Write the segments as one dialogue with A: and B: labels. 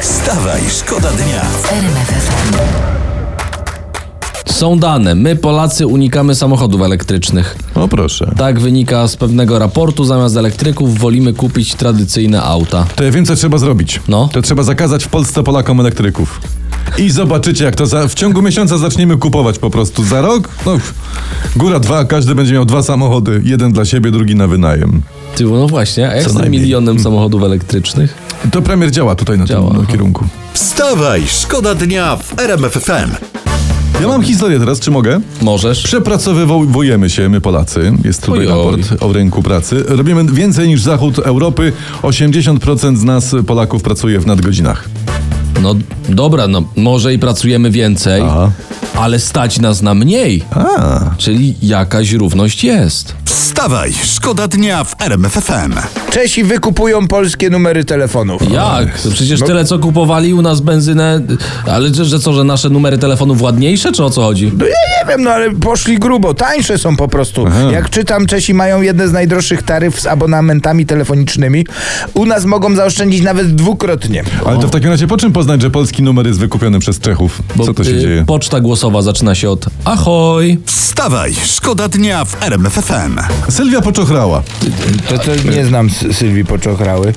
A: Wstawaj, szkoda dnia.
B: Są dane. My, Polacy, unikamy samochodów elektrycznych.
C: O No proszę.
B: Tak wynika z pewnego raportu. Zamiast elektryków wolimy kupić tradycyjne auta.
C: To ja wiem, co trzeba zrobić.
B: No.
C: To trzeba zakazać w Polsce Polakom elektryków. I zobaczycie, jak to za, w ciągu miesiąca zaczniemy kupować po prostu. Za rok, no, góra dwa, każdy będzie miał dwa samochody. Jeden dla siebie, drugi na wynajem.
B: Ty, no właśnie, a jak z tym
C: najmniej. Hmm.
B: milionem samochodów elektrycznych?
C: To premier działa tutaj na
B: Działa,
C: tym
B: aha.
C: kierunku.
A: Wstawaj, szkoda dnia w RMF FM.
C: Ja mam historię teraz, czy mogę?
B: Możesz?
C: Przepracowywujemy się, my Polacy. Jest tutaj
B: Oj, oj.
C: raport o rynku pracy. Robimy więcej niż zachód Europy. 80% z nas, Polaków, pracuje w nadgodzinach.
B: No dobra, no może i pracujemy więcej,
C: Aha.
B: ale stać nas na mniej.
C: A.
B: Czyli jakaś równość jest.
A: Wstawaj, szkoda dnia w RMF FM.
D: Czesi wykupują polskie numery telefonów.
B: Jak? To przecież
C: No.
B: tyle, co kupowali u nas benzynę, ale że, że co, że nasze numery telefonów ładniejsze, czy o co chodzi?
D: No ja nie wiem, no ale poszli grubo, tańsze są po prostu. Jak czytam, Czesi mają jedne z najdroższych taryf z abonamentami telefonicznymi. U nas mogą zaoszczędzić nawet dwukrotnie.
C: Ale to w takim razie po czym poznać, że polski numer jest wykupiony przez Czechów? Co to się
B: y,
C: dzieje?
B: Poczta głosowa zaczyna się od ahoj.
A: Wstawaj, szkoda dnia w RMF FM.
C: Sylwia poczochrała.
D: To, to nie znam Sy- Sylwii Poczochrały.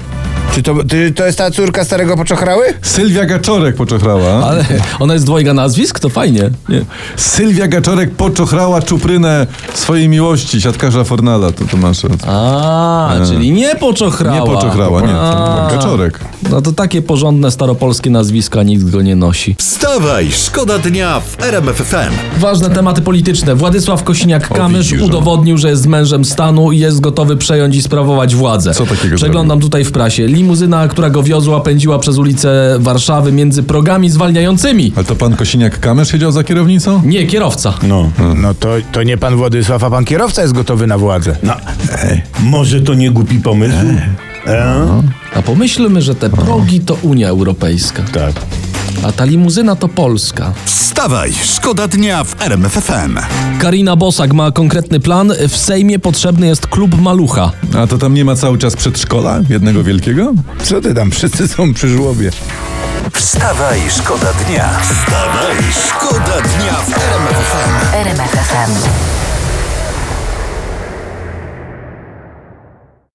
D: Czy to, ty, to jest ta córka starego Poczochrały?
C: Sylwia Gaczorek poczochrała.
B: Ale ona jest dwojga nazwisk? To fajnie. Nie.
C: Sylwia Gaczorek poczochrała czuprynę swojej miłości, siatkarza Fornala, to Tomasza.
B: A, czyli nie
C: E, Nie
B: poczochrała.
C: poczochrała, nie.
B: A.
C: Gaczorek.
B: No to takie porządne staropolskie nazwiska nikt go nie nosi.
A: Wstawaj, szkoda dnia w RMF FM.
B: Ważne tematy polityczne. Władysław
C: O, widzisz,
B: Kosiniak-Kamysz
C: no.
B: udowodnił, że jest mężem stanu i jest gotowy przejąć i sprawować władzę.
C: Co takiego
B: Przeglądam tutaj w prasie. Limuzyna, która go wiozła, pędziła przez ulice Warszawy między progami zwalniającymi.
C: Ale to pan Kosiniak-Kamysz siedział za kierownicą?
B: Nie, kierowca.
E: No,
D: No to, to nie pan Władysław, a pan kierowca jest gotowy na władzę.
E: no może to nie głupi pomysł? E?
B: A pomyślmy, że te progi to Unia Europejska,
E: Tak.
B: a ta limuzyna to Polska.
A: Wstawaj, szkoda dnia w RMF FM.
B: Karina Bosak ma konkretny plan. W Sejmie potrzebny jest klub malucha.
C: A to tam nie ma cały czas przedszkola? Jednego wielkiego?
D: Co ty tam, wszyscy są przy żłobie.
A: Wstawaj, szkoda dnia. Wstawaj, szkoda dnia w RMF FM.
F: RMFFM.